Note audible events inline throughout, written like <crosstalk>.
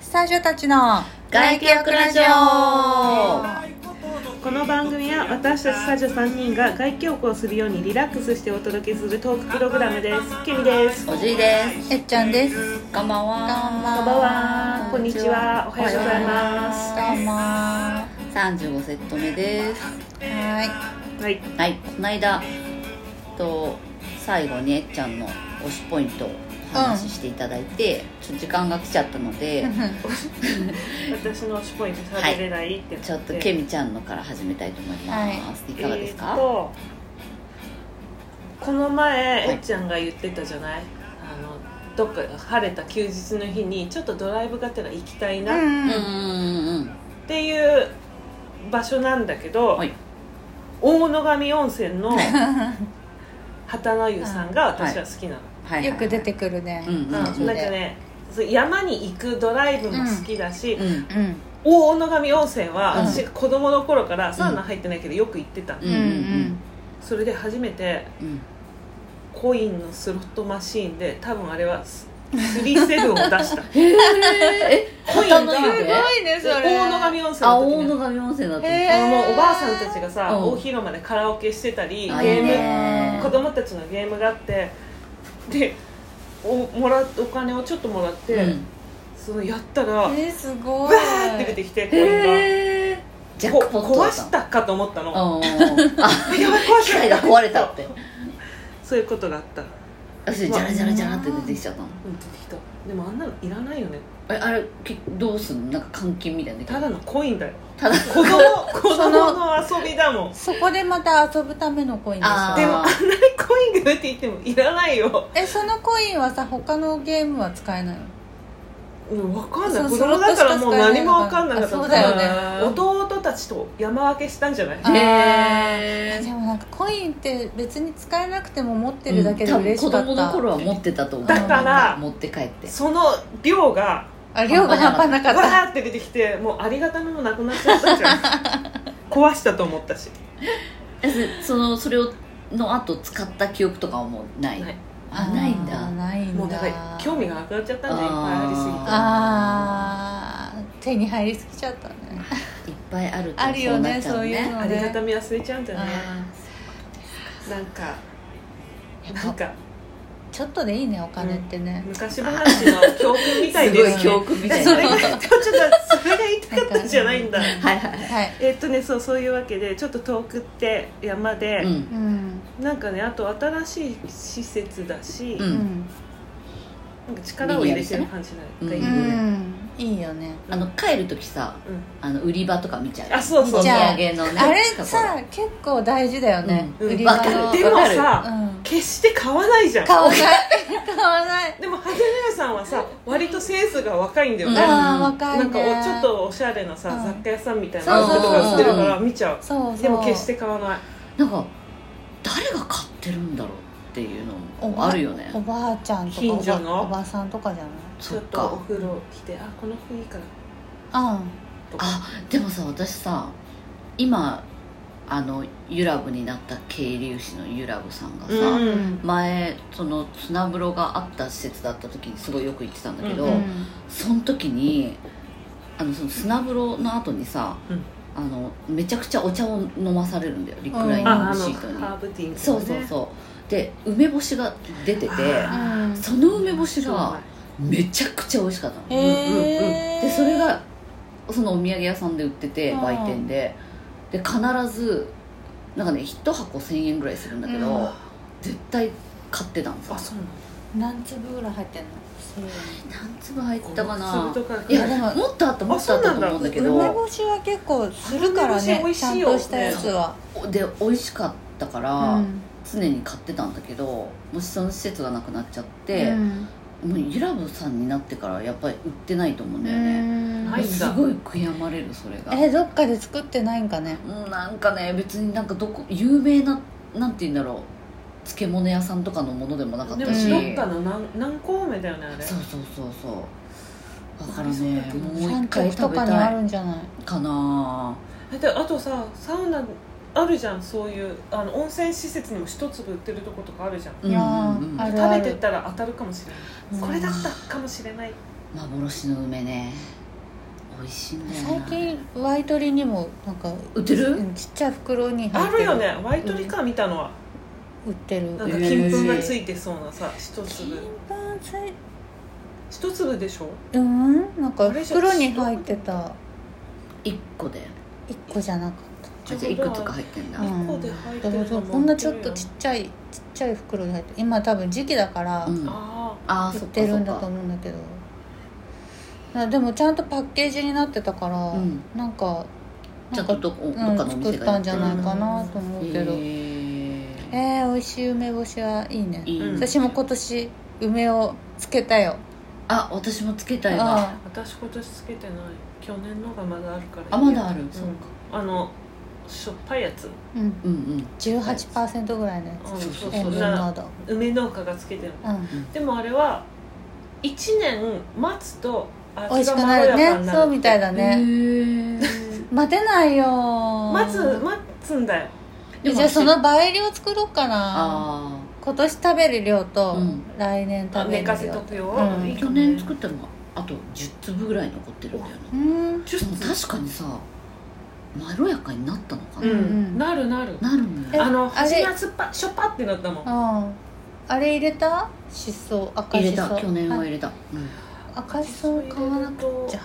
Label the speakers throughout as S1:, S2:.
S1: サージュたちの
S2: 外気浴ラジオ
S3: この番組は私たちサジョ3人が外気浴をするようにリラックスしてお届けするトークプログラムですケミです
S2: おじいです
S1: えっちゃんです
S2: こんばんは
S1: こんばん
S3: こんばんはこんにちはおはようございます
S1: どうもは
S2: 35セット目です
S1: い
S3: はい
S2: はいこの間と最後にえっちゃんの推しポイントをお話ししていただいて、ちょっと時間が来ちゃった
S1: <laughs>
S2: ので
S3: 私の推しポイント喋れないって
S2: ちょっとケ
S3: ケミ
S2: ミちゃんのから始めたいと思います、い、かがですか、
S3: とこの前
S2: はい
S3: えっちゃんが言ってたじゃないあのどっか晴れた休日の日にちょっとドライブがてら行きたいなっ
S2: うんうんうんうん
S3: ていう場所なんだけど、
S2: はい
S3: 大野上温泉
S2: <laughs>
S3: の旗の湯さんが私は好きなの、
S2: は
S1: うん
S2: い
S1: よく出てくるね
S2: うんうん
S3: うんなんかねそう山に行くドライブも好きだし、
S2: うん
S1: うん
S3: 大野上温泉は
S2: うん
S3: 私子供の頃からサウナ入ってないけどよく行ってたの、
S2: う
S1: うんん
S2: う
S1: うんん
S3: それで初めて
S2: うん
S3: コインのスロットマシーンで多分あれはス37を出し
S2: へ
S3: た
S2: <laughs> ええ
S3: コイン
S2: 旗の
S3: が
S2: 湯
S1: すご
S2: で
S1: いねそれ
S3: 大野上温泉
S2: あ
S3: の時
S2: 大
S3: に
S2: 野上温泉だったんです
S1: へ
S2: ね
S1: えー
S3: あのおばあさんたちがさ、
S2: うん
S3: 大広間でカラオケしてたりゲ
S2: あ
S3: ーム
S2: いいね
S3: 子供たちのゲームがあってでおもらお金をちょっともらって、
S2: うん
S3: そのやったら、わ
S1: えーすごい
S3: ーって出てきて、コインが
S2: へえジャックポット
S3: こ
S2: だっ
S3: 壊
S2: た
S3: したかと思った <laughs> の、
S2: のうんあ
S3: やばい壊
S2: 機
S3: し
S2: 械
S3: た
S2: が壊れたって
S3: そういうことがあった、うん、
S2: あそれジャラジャラジャラって出てきちゃったの
S3: 出てきたでもあんなのいらないよね
S2: えあれけどうすんのなんか監禁みたいなのでき
S3: た
S2: る
S3: だのコインだよ
S2: ただ <laughs>
S3: 子供子供の遊びだもん
S1: そこでまた遊ぶためのコインです
S2: あ
S1: か
S2: ー
S3: でもあんなにコインが出てきてもいらないよ
S1: えそのコインはさ他のゲームは使えないの
S3: うんわかんない
S1: そう
S3: 子供だからもう何もわかんなかった
S1: そうだよね
S3: うん弟たちと山分けしたんじゃない
S1: あ
S2: へ
S1: でもなんかコインって別に使えなくても持って
S2: え
S1: るだけで嬉しかった、
S2: 子供の頃は持ってたと思う
S3: だから
S2: 持って帰って
S3: その量が
S1: あ量が半端なか
S3: わ
S1: った
S3: ーって出てきてもうありがたみもなくなっちゃったじゃん
S2: <laughs>
S3: 壊したと思ったし
S2: えそそのそれをの後使った記憶とかはもうない
S3: ない
S2: あないんだ
S1: あーないんだ
S3: もうだから興味がなくなっちゃったんでいっぱいありすぎて
S1: あー手に入りすぎちゃったね
S2: いっぱいあると
S1: あるよね
S2: そうなっちゃう
S1: そういう
S2: ね
S1: の
S3: ありがたみ忘れちゃうんじゃない
S2: あ
S3: なんか
S1: やっぱ
S3: なんか
S1: ちょっとでいいねお金ってね、
S3: 昔話の教訓みたい
S2: ー
S3: ですす
S2: ごい教
S3: ね
S2: 訓みたい
S3: そ
S2: な
S3: れが
S2: は
S3: ちょっとそれが言いたかったんじゃないんだ
S2: <laughs> いはい
S1: はい
S3: えっとねそうそういうわけでちょっと遠くって山で、
S2: う
S1: う
S2: ん
S1: ん
S3: なんかねあと新しい施設だし、
S2: う
S1: うんん、
S3: なんか力を入れてる感じないがい
S1: う
S3: い
S1: ん
S3: よね、
S1: いいよね
S2: あの帰る時さ
S3: うん
S2: あの売り場とか見ちゃう
S3: あそうそう
S2: お土
S1: じゃあ
S2: 産のね
S1: あれ
S2: とこ
S1: さ結構大事だよね、
S3: うん
S1: 売り場の
S2: わか
S3: で
S2: る
S3: も
S1: う
S3: さ、
S1: ん、
S3: 決して買わないじゃん
S1: 買わない買わない
S3: でもはじめさんはさ割とセンスが若いんだよね、
S2: うん
S1: ああ若い
S3: な
S1: ね
S3: んかおちょっとおしゃれなさ、
S1: うん
S3: 雑貨屋さんみたいな服とか売ってるから見ちゃう
S1: そうそう
S3: でも決して買わない
S2: なんか誰が買ってるんだろうっていうのも
S1: ば
S2: あるよね
S1: おばあちゃんとか
S3: 近所の
S1: おばおばさんとかじゃない
S3: ち
S2: そ
S3: ょ
S2: っ
S3: っとお
S2: か
S3: 風呂来てあこの服いいから
S1: あ
S3: とか
S2: あでもさ私さ今あのユラブになった渓流市のユラブさんがさ、
S3: うん
S2: 前その砂風呂があった施設だった時にすごいよく行ってたんだけど、
S3: う
S1: うん、
S2: その時にあのその砂風呂の後にさ、
S3: うん
S2: あのめちゃくちゃお茶を飲まされるんだよリクライニン
S3: あ
S2: グ
S3: あ
S2: シ
S3: の
S2: ートに、
S3: ハーブティーみたいなね
S2: そうそうそうで梅干しが出てて
S3: あ
S1: うん
S2: その梅干し
S3: そう
S2: が
S3: な
S2: めちゃくちゃ美味しかったの
S1: へえ
S2: でそれがそのお土産屋さんで売ってて
S1: うん
S2: 売店でで必ずなんかね1箱1000円ぐらいするんだけど、
S1: うん
S2: 絶対買ってたのさ
S3: あそうなの
S1: 何粒ぐらい入ってんの
S2: 何粒入ってたかな
S3: 粒とか
S2: いやで
S1: あ
S2: ももっとあったもっとあったと思うんだけ
S1: 梅
S2: ど
S1: 干しは結構するからね
S3: 梅干
S1: ち
S3: し美
S1: ゃ
S3: 味し
S1: ん
S3: いよ
S1: としたやつは、
S2: で美味しかったから、
S1: うん
S2: 常に買ってたんだけどもしその施設がなくなっちゃって
S1: う、ん
S2: もうユラブさんになってからやっぱり売ってないと思うんだよ
S1: う
S2: ね、
S1: ん
S3: ないん
S2: す
S3: だ
S2: ごい悔やまれるそれが
S1: えどっかで作ってないんかね
S2: うんなんかね別になんかどこ有名ななんて言うんだろう漬物屋さんとかのものでもなかっ
S3: で
S2: たし
S3: もどっかの何何個目だよねあれ
S2: そうそうそうそうだから
S3: そう
S2: ね
S3: だけど
S2: もう一
S1: 三
S2: 回
S1: 脚と
S2: 食べ
S1: かにあ
S2: たい
S1: るんじゃない
S2: かな
S3: えであとさサウナあるじゃんそういうあの温泉施設にも一粒売ってるとことかあるじゃん
S2: うんうんうん
S1: いやーある
S3: 食べてったら当たるかもしれない
S1: うん
S3: これだったかもしれない
S2: 幻の梅ね美味しいんだよ
S1: 最
S2: な
S1: 近ワイトリにもなんか
S2: 売ってる
S1: うんちっちゃい袋に入
S3: あ
S1: って
S3: るよねワイトリカ見たのは、
S1: 売ってる
S3: なんか金粉がついてそうなさ一粒
S1: 金粉つい
S3: 一粒でしょ
S1: うんなんか
S3: あれじゃ
S1: 袋に入ってた
S2: 1個で
S1: 一個じゃなかっ
S2: あじゃあいくつか入ってんだ、
S1: た、うん、
S3: 一個で入ってる
S1: そ
S3: の
S1: うそうこんなちょっとちっちゃいちっちゃい袋に入って今多分時期だから
S2: うんあ
S3: あ
S2: あ
S1: 売っ
S2: そってかそ
S1: るん
S2: っ
S1: だと
S2: か
S1: 思うんだけどあでもちゃんとパッケージになってたから、
S2: うん
S1: なんか
S2: ち
S1: な
S2: ょ
S1: ん
S2: っ
S1: か
S2: とどこ、
S1: う
S2: どっか
S1: ん、
S2: のお
S1: 作
S2: 店
S1: っ
S2: が
S1: たんじゃ
S2: や
S1: ない
S2: ってる
S1: かなと思うけど、
S2: へー
S1: えー、美味しい梅干しはいいね
S2: いい
S3: うん
S1: 私も今年梅をつけたよ
S2: あ私もつけたいわ
S1: あ
S3: あ私今年つけてない去年のがまだあるから
S2: あまだある、
S3: う
S2: そうん
S3: あのしょっぱいやつ、
S1: あうん
S2: うんうん
S1: 18%ぐらいのや
S3: うん、
S2: そう
S3: そう
S1: つ
S3: そ
S1: 塩
S3: う
S1: 分濃度
S3: 梅農家がつけてる
S1: うん
S3: でもあれは1年待つと
S1: 美味
S3: 味
S1: し
S3: が
S1: く
S3: ま
S1: な
S3: ろや
S1: る
S3: かに
S1: ね
S3: なる
S1: そうみたいだ
S2: へ
S1: ね
S2: ー
S1: 待てないよー
S3: 待つ待つんだよ
S1: えじゃあその倍量作ろうかな
S2: あ
S1: 今年食べる量と
S2: うん
S1: 来年
S3: あ
S1: 食べ
S3: 寝
S1: る
S3: か
S1: 量
S3: せとくよ、
S1: うん
S3: いい
S2: あ
S3: よね
S2: 去年作ったのがあと10粒ぐらい残ってるんだよな
S1: うん
S3: ちょっ
S2: でも確かにさまろやかになったのか
S3: と
S2: な、
S3: うん、
S1: うん
S3: なるなる
S2: なるの
S1: え
S2: よ
S3: あの
S1: あれ
S3: 初めは酸っぱしょっぱってなったもん
S1: うんあれ入れたしそ赤
S2: 入
S1: し
S2: れ
S1: そ
S2: た去年は入れた、
S1: あ赤しそを買わなくちゃ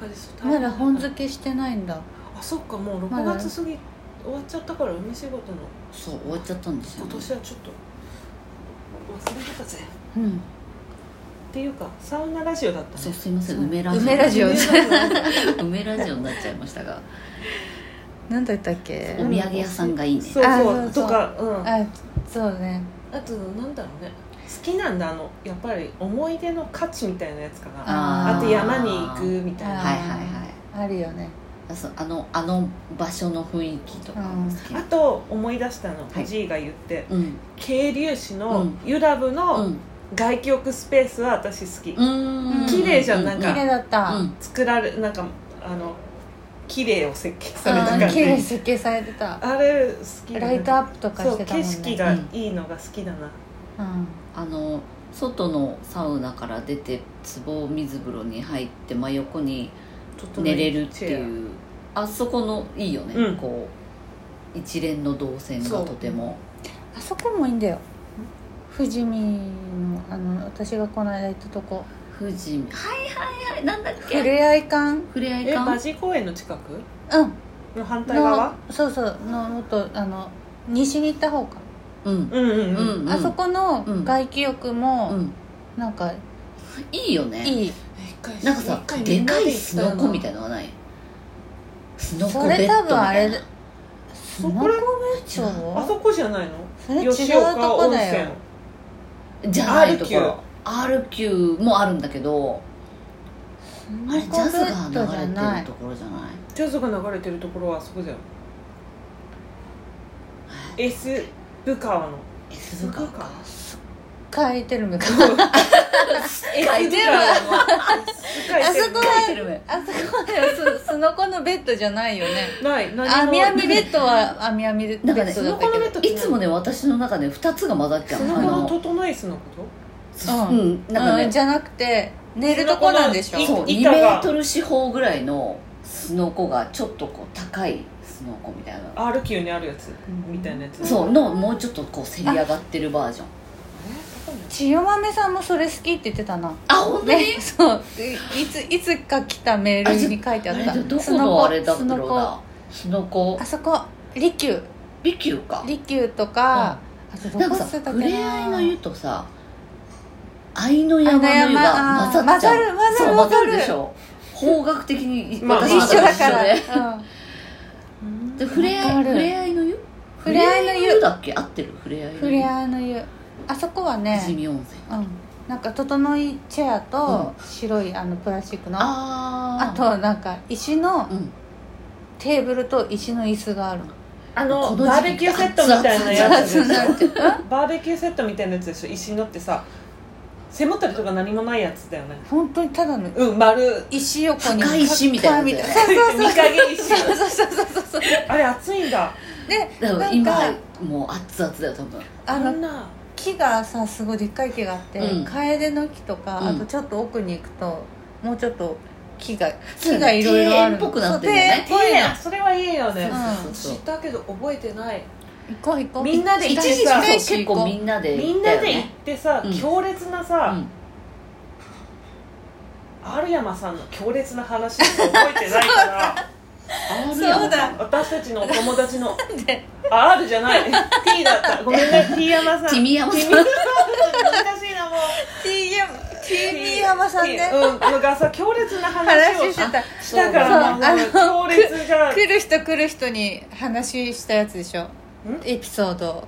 S3: 赤じそ大
S1: ま
S3: 変
S1: だ本漬けしてないんだ
S3: あそっかもう
S1: ま
S3: 6
S1: だ
S3: 月過ぎ終わっちゃったから梅仕事の
S2: そう終わっちゃったんですよ、
S3: 今
S2: ね、
S3: 年はちょっと忘れてたぜ
S1: うん
S3: っていうかサウナラジオだった
S2: そう
S3: ね
S2: すいません梅ラジオ
S1: 梅ラジオ
S3: 梅ラジ
S2: オ <laughs> 梅ラジオになっちゃいました
S3: <laughs>
S2: が
S1: なんだったっけ
S2: お土産屋さんがいい
S3: オ
S2: ね
S3: そう
S1: あ
S3: そう
S1: そうそう
S3: とかうんあ
S1: あそうね
S3: となんだろうね好きなんだあのやっぱり思い出の価値みたいなやつかなあ
S1: あー
S3: と山に行くみたい
S1: あ
S3: な
S1: ー
S3: あ
S2: はいはいはい
S1: あるよね
S2: あそうあのあの場所の雰囲気とかも好き
S3: と思い出したの
S2: い
S3: おじいが言って
S2: うん
S3: 渓流市
S2: う
S3: の
S2: ん
S3: ユラブ
S2: う
S3: の
S2: ん
S3: 外気浴スペースは私好き、
S2: うん
S1: 綺
S3: 麗じゃんなん
S1: 綺
S3: か
S1: 麗だった
S2: う
S1: うんん
S3: 作られなんかあの綺麗を設計された感
S1: 綺
S3: じ、
S1: 麗設計されてた
S3: あれ好きだね
S1: ライトアップとか
S3: そ
S1: し
S3: う
S1: てたもん
S3: 景
S1: ね
S3: 色がいいのが好きだな、
S1: うん
S2: あの外のサウナから出て壺水風呂に入って真横に寝れるって
S3: う
S2: いうあそこのいいよね、
S3: うん
S2: こう一連の動線がとても
S1: あそこもいいんだよ富士見のあの私がこの間行ったとこ
S2: 富士見はいはいはいなんだっ
S1: ふ
S2: け
S1: れあい館
S2: ふれあい
S3: え馬
S2: 館
S3: ジ公園の近く
S1: うん
S3: の反対
S1: の
S3: 側
S1: そうそうのもっとあの西に行った方か、
S2: うん
S3: うんうんう
S2: う
S3: ん、
S2: ん
S1: あそこの
S2: うん
S1: 外気浴
S2: う
S1: も
S2: ん
S1: なんか
S2: いいよね
S1: いい、
S2: なんかさでかいスノコみたいのはないスノコベッドみたいな
S1: それ多分あれス
S3: そ
S1: ノ
S3: こ
S1: コベ
S3: ら
S1: ッ
S3: あ
S1: ド
S3: そこじゃない
S1: それ
S3: の
S1: 違う
S3: 吉岡
S1: とこ
S3: 温
S1: だ
S3: 泉
S1: よ
S2: じゃないところ R 級もあるんだけど
S1: ス
S2: あ
S1: ノ
S2: れジ
S1: コ
S2: ャズ
S1: ベッドじ
S2: が
S1: ゃ
S2: 流れて
S1: な
S2: る <laughs>
S1: い
S2: ところじゃない
S3: ジャズが流れてるところはあそこだよ S 部川の
S2: S 部川か
S1: 書いてる向かい
S2: 書いてる
S1: あ
S3: あ
S1: そこ
S2: 書い
S1: は
S2: てるね
S1: あそこは <laughs> ススノコのベッドじゃないよね
S3: ない何も
S1: あみあみベッドはあみあみベッドだったけ
S3: なんかねスノコのベッド
S1: ど
S2: いつもね私の中で2つが混ざっちゃう
S3: その
S2: あ
S3: 後の
S2: の
S3: 整えすのこと
S1: う
S2: うんんなんか
S1: う
S2: ね
S1: んじゃなくて寝るとこなんでしょ
S3: スノコの
S2: そう2
S3: 板
S2: メー
S3: が
S2: トル四方ぐらいのスノコがちょっとこう高いスノコみたいな
S3: R 級にあるやつみたいなやつ
S2: そうのもうちょっとこうせり上がってるバージョン
S1: 千代豆さんもそれ好きって言ってたな
S2: あ本当に
S1: ね、 <laughs> そういいついつか来たメールに書いてあ
S2: あ
S1: っ
S2: れ
S1: た
S2: ど
S1: ス
S2: こ
S1: ノ
S2: の
S1: コ
S2: あれだ
S1: ス
S2: ろ
S1: ノ
S2: う
S1: コ
S2: なスノコ
S1: あそこ利休
S2: 利休か
S1: 利休とか、あと
S2: な
S1: どこ
S2: んか
S1: っつ
S2: さ
S1: ってたっ
S2: ふ
S1: け
S2: れあいの湯
S1: な
S2: とさ愛の山の湯が混ざっちゃう
S1: あの山あー
S2: そ
S1: 混ざる混ざ
S2: う
S1: る
S2: 混ざるでしょ方角的に
S3: まあ
S2: 私
S1: 一
S2: の
S3: ま
S1: 緒
S2: 中で
S3: あ
S1: だから、
S2: で
S1: うん
S3: うん
S2: でふれあ
S1: わか
S2: い
S1: る
S2: ふれあいの湯
S1: ふれあいの湯
S2: ふれあいだっけ合ってるふれあいの湯
S1: ふれあいの湯あそこはね
S2: 富士見温泉
S1: うんなんか整いチェアと白いあのプラスチックの、あ
S2: あー
S1: となんか石の
S2: うん
S1: テーブルと石の椅子があるの
S3: あ
S2: こ
S3: の
S2: の
S3: バ
S2: 時
S3: ーベ
S2: 期
S3: キューセットみたいなやつでし
S2: 熱々
S3: ょバーベキューセットみたいなやつでしょ石のってさ背もたれとか何もないやつだよね
S1: 本当にただの
S3: うん丸
S1: 石横に
S2: 深い石みたいなやつだ
S1: 深いみたいな
S3: 見陰石
S1: そうそうそうそうそうそう
S3: あれ熱いんだ
S1: で
S2: だか
S1: な
S2: ら
S1: ん
S2: 今
S1: か
S2: もう熱々だよ多分
S1: あ
S3: あ
S1: の
S3: んな
S1: き木がさすごいでっかい木があって、
S2: うん
S1: 楓の木とか、
S2: うん
S1: あとちょっと奥に行くともうちょっと木が
S2: そう
S1: 木が
S2: だね
S1: いろいろある
S2: 庭園っぽくなってるよね
S1: そう庭園っぽい
S3: それはいいよね
S1: うん
S2: そうそうそう
S3: 知ったけど覚えてない
S1: の行こう行こう
S3: みんなで
S2: 一
S3: 一
S2: 時
S3: 時さ
S2: 期そう結構みんなで
S3: み
S2: 行
S3: ん
S2: った
S3: な
S2: よ
S3: で行っ
S2: ね
S3: てさ、
S2: うん
S3: 強烈な
S2: う
S3: さ、
S2: ん
S3: 有山さんの強烈な話しか覚えてないから
S2: <laughs> あるやん
S1: そうだ
S3: 私たちのお友達の
S1: なんで
S3: あ R じゃない T だったごめんね T 山さん
S2: 君山さん
S3: 君山さん難しいなもう
S1: TM 山さんね
S3: T うんのがさ強烈な話を
S1: 話
S3: し
S1: してた
S3: たからな
S1: そうあの
S3: もう強烈が
S1: 来る人来る人に話したやつでしょエピソード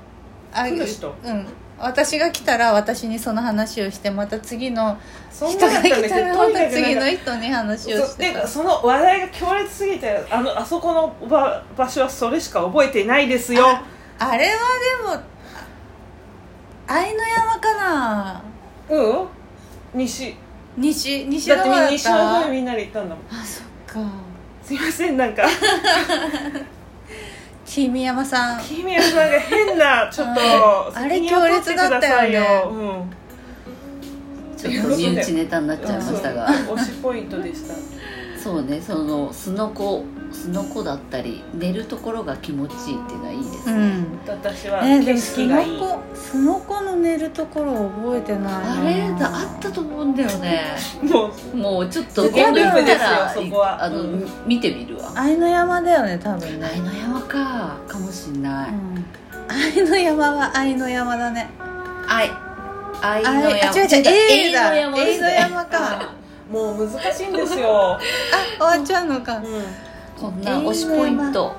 S1: あ
S3: 来る人
S1: うん私が来たら私にその話をしてまた次の
S3: そ
S1: 人
S3: ん
S1: が
S3: なだったん
S1: 来
S3: だけど
S1: たら
S3: と
S1: ま
S3: に
S1: た
S3: かくなんか
S1: 次の人に話を
S3: そ
S1: して
S3: で
S1: た
S3: その話題が強烈すぎてあのあそこの場場所はそれしか覚えていないですよ
S1: ああれはでもあ愛の山かな
S3: うん西
S1: 西西
S3: だ
S1: の
S3: っ
S1: 方だっ
S3: てみんな西の
S1: た
S3: 方にみんなで行ったんだもん
S1: あそっか
S3: すいませんなんか
S1: 君山さん
S3: 君はなんか変なちょっ
S1: あ
S3: と
S1: ーあれ
S3: 責任を取ってくさい
S1: 強烈だったよ
S3: うん
S2: ちょっと身内ネタになっちゃいましたが
S3: そう推しポイント
S1: <laughs>
S3: でした
S2: そうねそのすのこすのこだったり寝るところが気持ちいいっていうのはいいです
S1: う
S2: ね、
S1: ん
S3: 私は
S1: ねで
S3: 景
S1: もす
S3: 色
S1: の
S3: がいい
S1: こすのこの寝るところを覚えてないな
S2: あれだあったと思うんだよね
S3: もう
S2: もうちょっと
S1: 多分
S2: 今度行ったら
S3: ですよそこは
S2: あの、
S3: うん
S2: 見てみるわ
S1: 愛の山だよね多分
S2: 愛
S1: ね、
S2: の山かかもしんない、
S1: うん、愛の山は愛の山だね
S2: 愛愛
S1: あ
S2: の山
S1: あ違う違う A だ
S2: 永遠の山ですね
S1: A の山か
S3: もう難しいんですよ、
S1: あ終わっちゃうのか
S3: うん、
S2: こんな推しポイント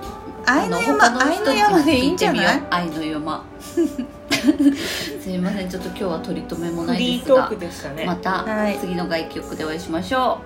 S1: 愛の山
S2: あ他
S1: 愛
S2: 人
S1: の山でいいんじゃない
S2: 聞てみよう愛の山 <laughs> すいませんちょっと今日は取り留めも
S3: フ
S2: ない
S3: リ
S2: で
S3: ー
S2: す
S3: トー
S2: が
S3: クでしたね
S2: また
S1: はい
S2: 次の外局でお会いしましょう、